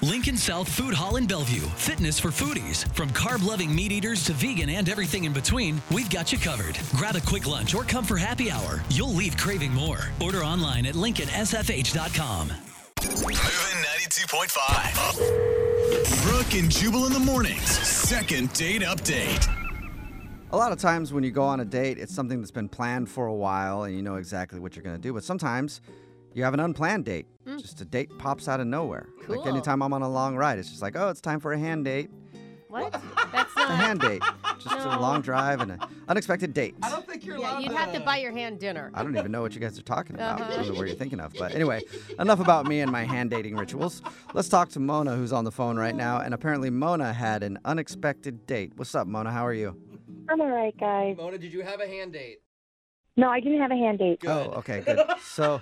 Lincoln South Food Hall in Bellevue. Fitness for foodies. From carb loving meat eaters to vegan and everything in between, we've got you covered. Grab a quick lunch or come for happy hour. You'll leave craving more. Order online at LincolnSFH.com. Moving 92.5. Brooke and Jubal in the mornings. Second date update. A lot of times when you go on a date, it's something that's been planned for a while and you know exactly what you're going to do. But sometimes you have an unplanned date. Just a date pops out of nowhere. Like Mm. Cool. anytime I'm on a long ride, it's just like, oh, it's time for a hand date. What? That's A not. hand date. Just a No. long drive and an unexpected date. I don't think you're Yeah, allowed you'd have to buy your hand dinner. don't even know what you guys are talking about. I don't know what you're thinking of. But anyway, enough about me and my hand dating rituals. Let's talk to Mona, who's on the phone right now. And apparently, Mona had an unexpected date. What's up, Mona? How are you? I'm all right, guys. Mona, did you have a hand date? No, I didn't have a hand date. Oh, okay, good. So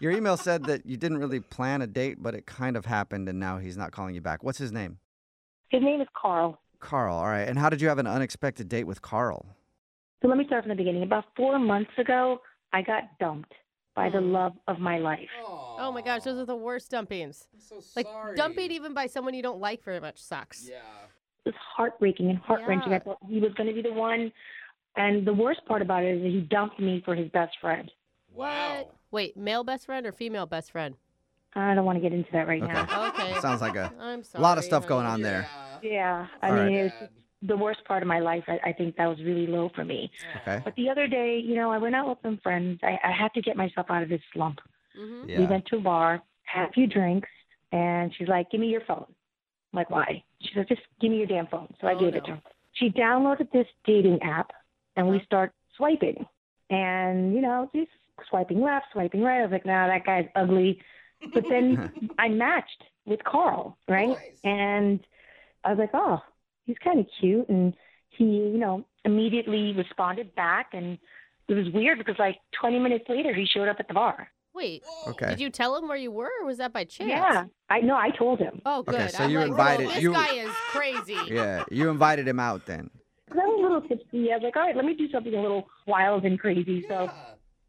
your email said that you didn't really plan a date, but it kind of happened, and now he's not calling you back. What's his name? His name is Carl. Carl. All right. And how did you have an unexpected date with Carl? So let me start from the beginning. About four months ago, I got dumped by Oh. the love of my life. Oh my gosh, those are the worst dumpings. so Like sorry. dumping even by someone you don't like very much sucks. Yeah. It was heartbreaking and heart wrenching. Yeah. I thought he was going to be the one. And the worst part about it is that he dumped me for his best friend. What? Wait, male best friend or female best friend? I don't want to get into that right Okay. now. Okay. Sounds like a I'm sorry. lot of stuff going honey. on there. Yeah, I All mean, right. it was the worst part of my life. I, I think that was really low for me. Okay. But the other day, you know, I went out with some friends. I, I had to get myself out of this slump. Mhm. We Yeah. went to a bar, had a few drinks, and she's like, "Give me your phone." I'm like, "Why?" She said, "Just give me your damn phone." So I Oh, gave it no. to her. She downloaded this dating app, and we Uh-huh. start swiping, and you know, just swiping left, swiping right. I was like, "Nah, that guy's ugly." But then I matched with Carl, right? Nice. And I was like, "Oh, he's kind of cute," and he, you know, immediately responded back, and it was weird because like 20 minutes later, he showed up at the bar. Wait, Okay. did you tell him where you were or was that by chance? Yeah, I know. I told him. Oh, good. Okay, so I'm you like, invited- Whoa, this you- guy is crazy. Yeah. You invited him out then. Because I was a little tipsy. I was like, all right, let me do something a little wild and crazy. So,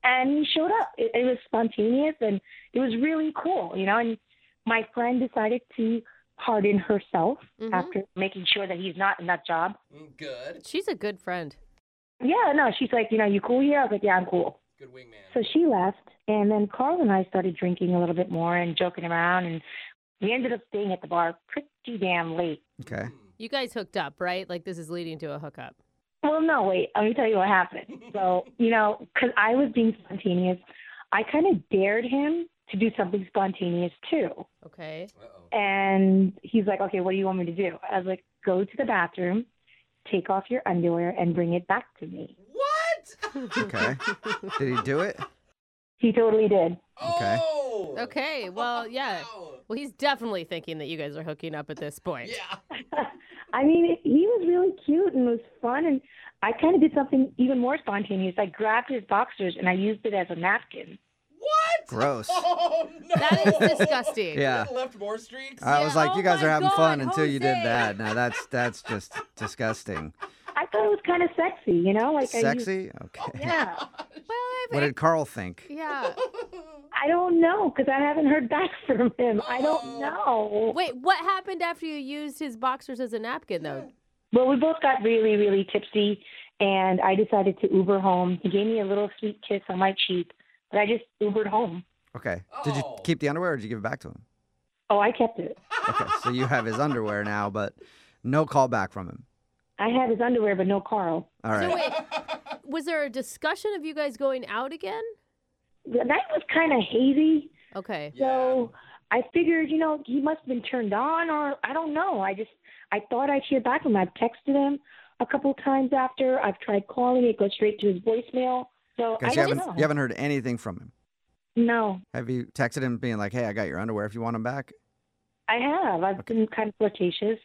and he showed up. It, it was spontaneous and it was really cool, you know. And my friend decided to pardon herself Mhm. after making sure that he's not in that job. Mm, Good. She's a good friend. Yeah, no, she's like, you know, you cool here? I was like, yeah, I'm cool. Good wingman. So she left, and then Carl and I started drinking a little bit more and joking around, and we ended up staying at the bar pretty damn late. Okay. You guys hooked up, right? Like this is leading to a hookup. Well, no, wait. Let me tell you what happened. So, you know, 'cause I was being spontaneous, I kind of dared him to do something spontaneous too. Okay. Uh-oh. And he's like, okay, what do you want me to do? I was like, go to the bathroom, take off your underwear, and bring it back to me. What? Okay. Did he do it? He totally did. Okay. Oh. Okay. Well, yeah. Wow. Well, he's definitely thinking that you guys are hooking up at this point. Yeah. I mean, he was really cute and it was fun. And I kind of did something even more spontaneous. I grabbed his boxers and I used it as a napkin. What? Gross. Oh no. That is disgusting. Yeah. Uh, Left more streaks. I was Yeah, like, you oh guys my are having God, fun until you did Jose. that. Now that's that's just disgusting. I thought it was kind of sexy, you know? Like I used, Sexy? Okay. yeah. Well, I- What did Carl think? yeah. I don't know because I haven't heard back from him. I Oh. don't know. Wait, what happened after you used his boxers as a napkin, though? Well, we both got really, really tipsy, and I decided to Uber home. He gave me a little sweet kiss on my cheek, but I just Ubered home. Okay. Did you Oh. keep the underwear or did you give it back to him? Oh, I kept it. Okay. So you have his underwear now, but no call back from him. I had his underwear, but no Carl. All right. So wait, was there a discussion of you guys going out again? The night was kind of hazy, Okay. so I figured, you know, he must have been turned on, or I don't know. I just, I thought I'd hear back from him. I've texted him a couple times after. I've tried calling. It goes straight to his voicemail. So I Because you don't haven't know. you haven't heard anything from him. no, Have you texted him being like, "Hey, I got your underwear. If you want them back." I have. I've been kind of flirtatious.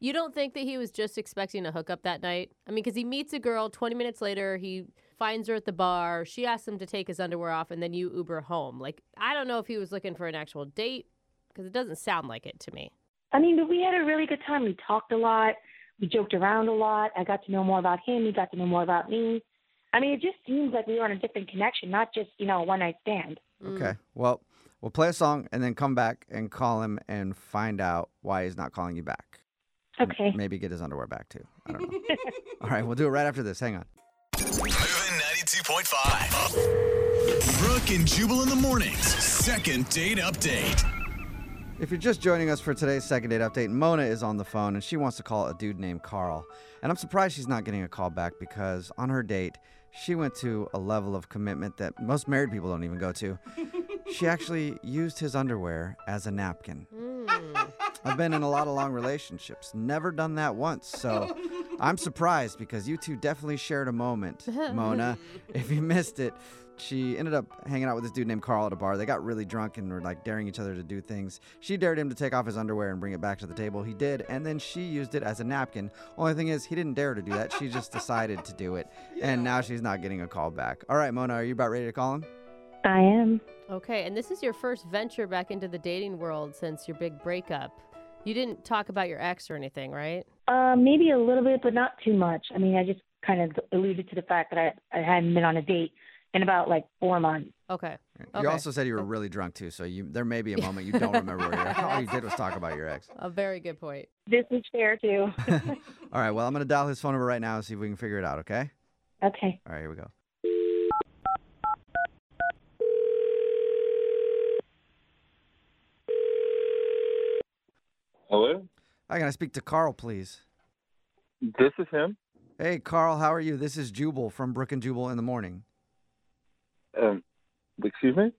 You don't think that he was just expecting a hookup that night? I mean, because he meets a girl, 20 minutes later, he finds her at the bar. She asks him to take his underwear off, and then you Uber home. Like, I don't know if he was looking for an actual date because it doesn't sound like it to me. I mean, but we had a really good time. We talked a lot. We joked around a lot. I got to know more about him. He got to know more about me. I mean, it just seems like we were on a different connection, not just, you know, a one night stand. Mm. Okay. Well, We'll play a song and then come back and call him and find out why he's not calling you back. And Okay. Maybe get his underwear back too. I don't know. All right, we'll do it right after this. Hang on. Moving 92.5. Brooke and Jubal in the mornings. Second date update. If you're just joining us for today's second date update, Mona is on the phone and she wants to call a dude named Carl. And I'm surprised she's not getting a call back because on her date, she went to a level of commitment that most married people don't even go to. she actually used his underwear as a napkin. I've been in a lot of long relationships, never done that once. So I'm surprised because you two definitely shared a moment, Mona. if you missed it, she ended up hanging out with this dude named Carl at a bar. They got really drunk and were like daring each other to do things. She dared him to take off his underwear and bring it back to the table. He did, and then she used it as a napkin. Only thing is, he didn't dare to do that. She just decided to do it. And now she's not getting a call back. All right, Mona, are you about ready to call him? I am. Okay, and this is your first venture back into the dating world since your big breakup. You didn't talk about your ex or anything, right? Uh, maybe a little bit, but not too much. I mean, I just kind of alluded to the fact that I, I hadn't been on a date in about like four months. Okay. okay. You also said you were really drunk too, so you there may be a moment you don't remember where you're at. All you did was talk about your ex. a very good point. This is fair too. All right, well, I'm going to dial his phone number right now and see if we can figure it out, okay? okay. All right, here we go. Hello? Hi, can I speak to Carl, please? This is him. Hey, Carl, how are you? This is Jubal from Brook and Jubal in the Morning. Um, excuse me?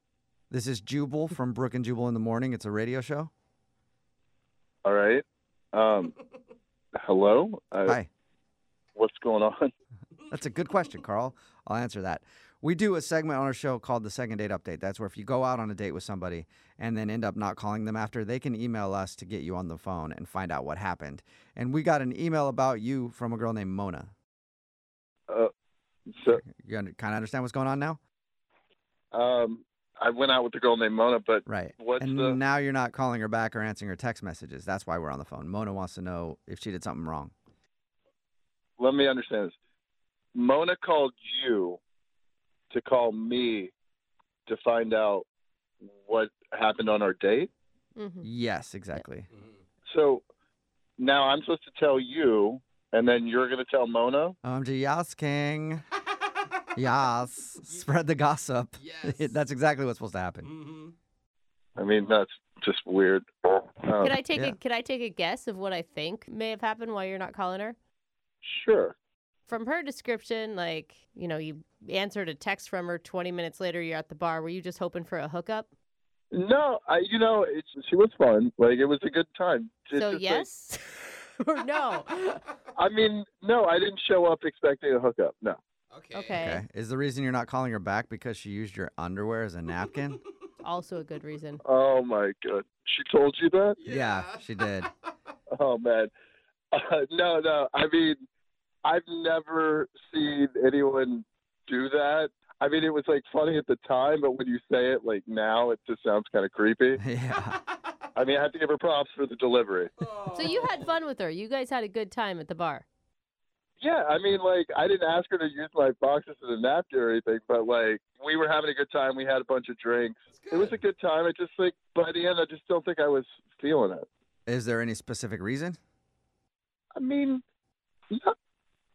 This is Jubal from Brook and Jubal in the Morning. It's a radio show. All right. Um, hello? Uh, Hi. What's going on? That's a good question, Carl. I'll answer that. We do a segment on our show called the Second Date Update. That's where if you go out on a date with somebody and then end up not calling them after, they can email us to get you on the phone and find out what happened. And we got an email about you from a girl named Mona. So, You under, kind of understand what's going on now? um, I went out with a girl named Mona, but Right. What's and the- now you're not calling her back or answering her text messages. That's why we're on the phone. Mona wants to know if she did something wrong. let me understand this. Mona called you to call me to find out what happened on our date. hmm Yes, exactly. So now I'm supposed to tell you, and then you're going to tell Mona? I'm just yes, King. Yes. Spread the gossip. Yes. That's exactly what's supposed to happen. Mhm. I mean, that's just weird. Um, Could I take yeah. a could I take a guess of what I think may have happened while you're not calling her? Sure. From her description, like, you know, you answered a text from her 20 minutes later you're at the bar, were you just hoping for a hookup? No, I you know it's she was fun. Like it was a good time. It's so just yes like- or no. I mean, no, I didn't show up expecting a hookup. No, Okay. Okay. Okay. Is the reason you're not calling her back because she used your underwear as a napkin? Also a good reason. oh my god, she told you that? she did. Oh man, uh, no, no. I mean, I've never seen anyone do that. I mean, it was like funny at the time, but when you say it like now, it just sounds kind of creepy. yeah. I mean, I have to give her props for the delivery. Oh. So you had fun with her. You guys had a good time at the bar. Yeah, I mean, like I didn't ask her to use my boxes as a napkin or anything, but like we were having a good time. We had a bunch of drinks. It was a good time. I just like by the end, I just don't think I was feeling it. Is there any specific reason? I mean, not,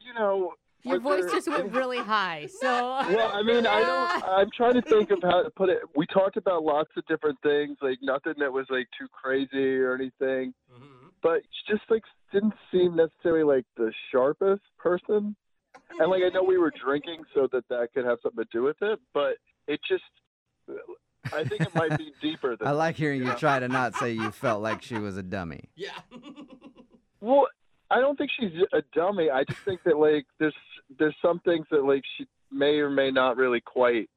you know, Your was voice there- just went really high. So Well, I mean, I don't. I'm trying to think of how to put it. We talked about lots of different things, like nothing that was like too crazy or anything, Mhm. but she just like didn't seem necessarily like the sharpest person. And like I know we were drinking so that that could have something to do with it, but it just. I think it might be deeper than I like hearing you try to not say you felt like she was a dummy. Yeah. Well, I don't think she's a dummy. I just think that like there's there's some things that like she may or may not really quite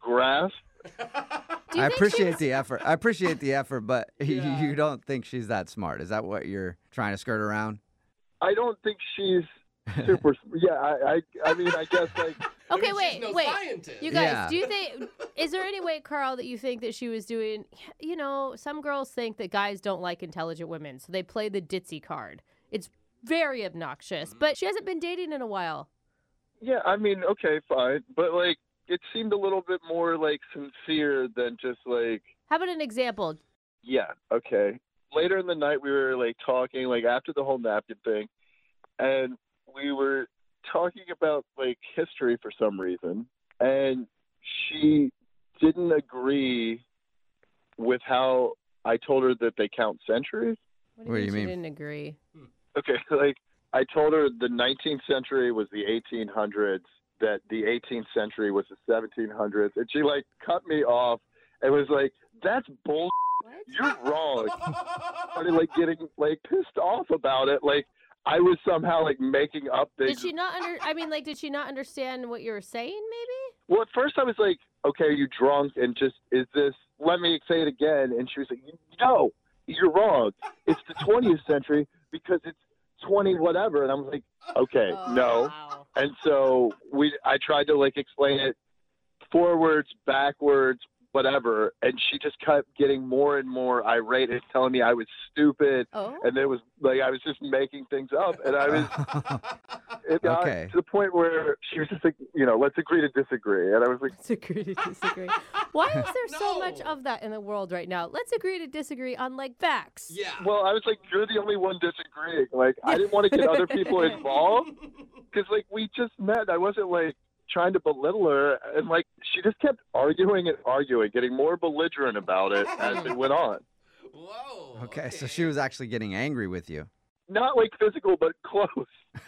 grasp. Do you I think she appreciate was- the effort. I appreciate the effort, but you- Yeah. you don't think she's that smart. Is that what you're trying to skirt around? I don't think she's super. yeah, I, I I mean I guess like I Okay, mean, wait, she's no wait. Scientist. You guys, Yeah. do you think is there any way, Carl, that you think that she was doing? You know, some girls think that guys don't like intelligent women, so they play the ditzy card. It's very obnoxious, Mm. but she hasn't been dating in a while. yeah I mean okay fine, but like it seemed a little bit more like sincere than just like How about an example? Yeah, okay. Later in the night, we were like talking, like after the whole napkin thing, and we were talking about like history for some reason, and she didn't agree with how I told her that they count centuries. What do you she mean? didn't agree. Okay, like I told her the 19th century was the 1800s, that the 18th century was the 1700s, and she like cut me off and was like, "That's bull. You're wrong." started like getting like pissed off about it. Like I was somehow like making up Did things. she not under? I mean, like, did she not understand what you were saying? Maybe. Well, at first I was like, "Okay, are you drunk?" And just is this? Let me say it again. And she was like, "No, you're wrong. It's the 20th century because it's 20 whatever." And I was like, "Okay, no." Oh, Wow. And so we, I tried to like explain it forwards, backwards, whatever, and she just kept getting more and more irate and telling me I was stupid Oh. and it was like I was just making things up, and I was it got Okay. to the point where she was just like, you know, let's agree to disagree, and I was like, Let's agree to disagree. Why is there so much No. of that in the world right now? Let's agree to disagree on like facts. Yeah. well, I was like, you're the only one disagreeing. Like, I didn't want to get other people involved because like we just met. I wasn't like trying to belittle her, and like she just kept arguing and arguing, getting more belligerent about it as it went on. Whoa. Okay, so she was actually getting angry with you. Not like physical, but close.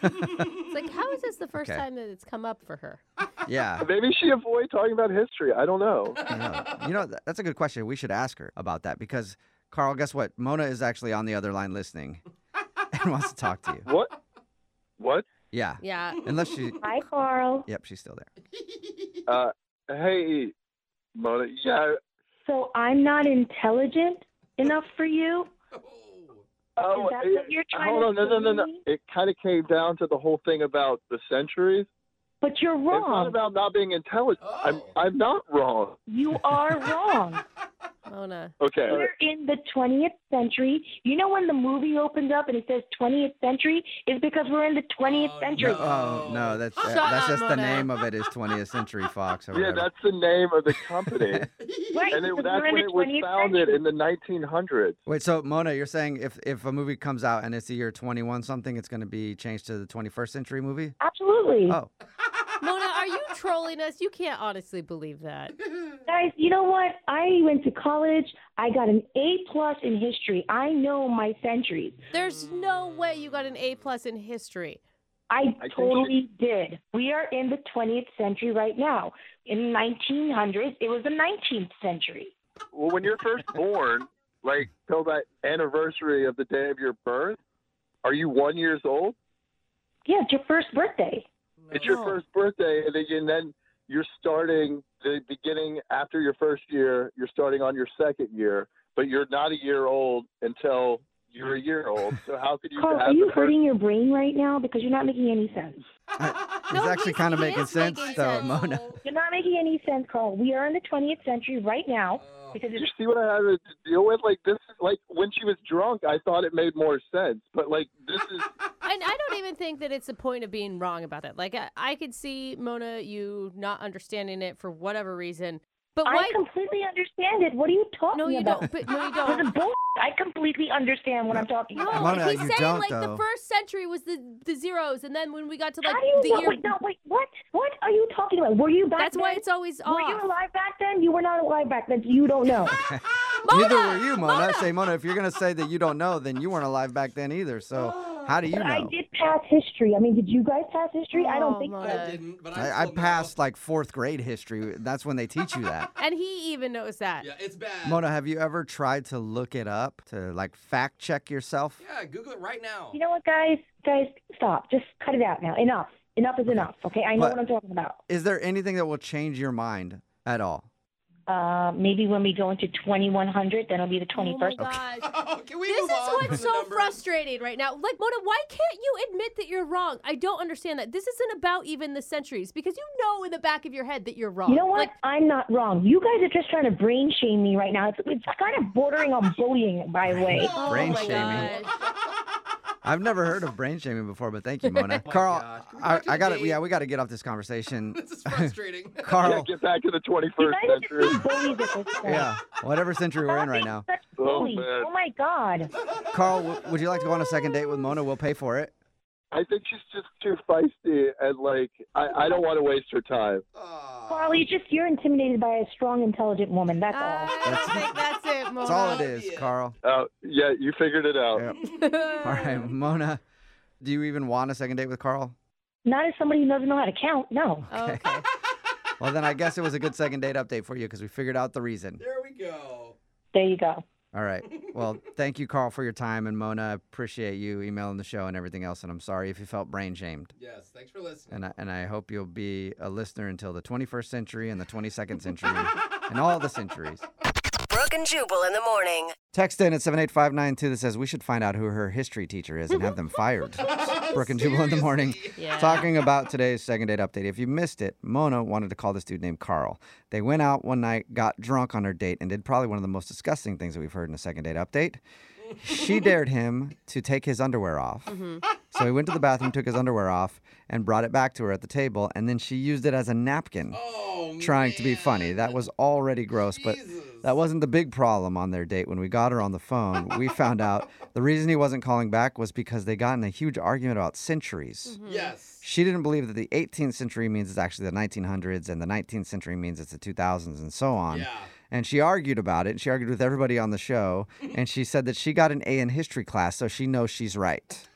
It's like, how is this the first Okay. time that it's come up for her? Yeah. Maybe she avoided talking about history. I don't know. I know. You know, th- that's a good question. We should ask her about that because, Carl, guess what? Mona is actually on the other line listening and wants to talk to you. What? What? Yeah. Yeah. Unless she, Hi, Carl. yep, she's still there. Uh, hey, Mona. Yeah. So I'm not intelligent enough for you? Oh, Is that what eh, you're trying hold to on. No, no, no, no. say? It kind of came down to the whole thing about the centuries. But you're It's not wrong. about not being intelligent. I'm, Oh. I'm not wrong. you are wrong. Mona. Okay. We're in the 20th century. You know when the movie opens up and it says 20th century? It's because we're in the 20th Oh, century. Sure. Oh, no, that's Shut that's up, just the Mona. name of it is 20th Century Fox or yeah, whatever. that's the name of the company, Right, and it, because that's we're in when the 20th it was founded century. in the 1900s. Wait, so Mona, you're saying if if a movie comes out and it's the year 21 something, it's going to be changed to the 21st century movie? Absolutely. Oh, Mona, are you trolling us? You can't honestly believe that. Oh. Guys, you know what? I went to college. I got an A plus in history. I know my centuries. There's no way you got an A plus in history. I, think totally did. We are in the 20th century right now. In 1900s, it was the 19th century. Well, when you're first born, like till that anniversary of the day of your birth, are you one years old? Yeah, it's your first birthday. It's Oh. your No. first birthday, and then, and then you're starting the beginning after your first year. You're starting on your second year, but you're not a year old until you're a year old. So how could you Carl, have are you the first? hurting your brain right now? Because you're not making any sense. it's No, actually he's- kind of he making is sense making though, sense. Mona. You're not making any sense, Carl. We are in the 20th century right now Oh, because You it's see what I had to deal with? Like this, like when she was drunk, I thought it made more sense. But like this is, And I don't even think that it's the point of being wrong about that. Like, I, I could see, Mona, you not understanding it for whatever reason. But I why? completely understand it. What are you talking No, you about? don't. But no, you This is don't. bull. I completely understand what I'm talking No, about. Mona, he's you saying don't, like though. the first century was the the zeros, and then when we got to like How do you the know? year, Wait, no, wait. What? What are you talking about? Were you back that's then? why it's always Were off. you alive back then? You were not alive back then. so You don't know. Neither were you, Mona. Say, Mona, if you're going to say that you don't know, then you weren't alive back then either. So Oh, how do you know? I did pass history. I mean, did you guys pass history? I Oh, don't think Mona. so. I didn't, but I, I, I still know. passed like fourth grade history. That's when they teach you that. and he even knows that. Yeah, it's bad. Mona, have you ever tried to look it up to like fact check yourself? Yeah, Google it right now. You know what, guys? Guys, stop. Just cut it out now. Enough. Enough is enough. Okay, I know But- what I'm talking about. Is there anything that will change your mind at all? Uh, maybe when we go into 2100, then it'll be the Oh my 21st. gosh. Can we This move is on from what's the so number? frustrating right now. Like, Mona, why can't you admit that you're wrong? I don't understand that. This isn't about even the centuries because you know in the back of your head that you're wrong. You know what? Like, I'm not wrong. You guys are just trying to brain shame me right now. It's, it's kind of bordering on bullying, by the way. Brain oh my shaming. gosh. I've never heard of brain shaming before, but thank you, Mona. Carl, gosh. Can we go I, back to I the got it. date? Yeah, we got to get off this conversation. This is frustrating. Yeah, Carl, get back to the You 21st guys are century. just bullies at this point. yeah, whatever century we're in Stop right being now. Uh, such Oh, bullies. man. oh my God. Carl, w- would you like to go on a second date with Mona? We'll pay for it. I think she's just too feisty, and like I, I don't want to waste her time. Aw. Carl, you just you're intimidated by a strong, intelligent woman. That's all. Uh, I don't think Uh, that's it, Mona. That's all it is, Carl. Uh, yeah, you figured it out. Yeah. All right, Mona, do you even want a second date with Carl? Not as somebody who doesn't know how to count. No. uh, Okay. Well, then I guess it was a good second date update for you because we figured out the reason. There we go. There you go. All right. Well, thank you, Carl, for your time. And Mona, I appreciate you emailing the show and everything else. And I'm sorry if you felt brain shamed. Yes, thanks for listening. And I, and I hope you'll be a listener until the 21st century and the 22nd century and all the centuries. Brooke and Jubal in the morning. Text in at 78592 that says we should find out who her history teacher is and have them fired. Brooke and Jubal in the morning. Yeah. Talking about today's second date update. If you missed it, Mona wanted to call this dude named Carl. They went out one night, got drunk on her date, and did probably one of the most disgusting things that we've heard in a second date update. She dared him to take his underwear off. So he went to the bathroom, took his underwear off, and brought it back to her at the table. And then she used it as a napkin Oh, trying to be funny. That was already gross, but that wasn't the big problem on their date. When we got her on the phone, we found out the reason he wasn't calling back was because they got in a huge argument about Mm-hmm. centuries. Hmm. yes. She didn't believe that the 18th century means it's actually the 1900s and the 19th century means it's the 2000s and so on. Yeah. And she argued about it and she argued with everybody on the show and she said that she got an A in history class so she knows she's right.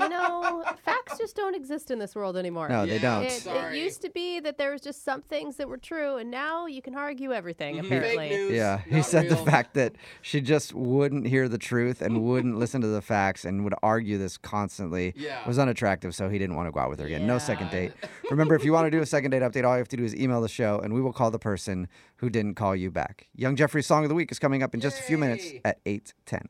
You know, facts just don't exist in this world anymore. No, they Yeah. don't. It, it Sorry. used to be that there was just some things that were true, and now you can argue everything. Mm-hmm. Apparently, Fake news. Yeah, he not said the real. fact that she just wouldn't hear the truth and wouldn't listen to the facts and would argue this constantly Yeah. was unattractive, so he didn't want to go out with her again. No second Yeah. date. Remember, if you want to do a second date update, all you have to do is email the show and we will call the person who didn't call you back. Young Jeffrey's Song of the Week is coming up in just a few minutes Yay. at 8:10.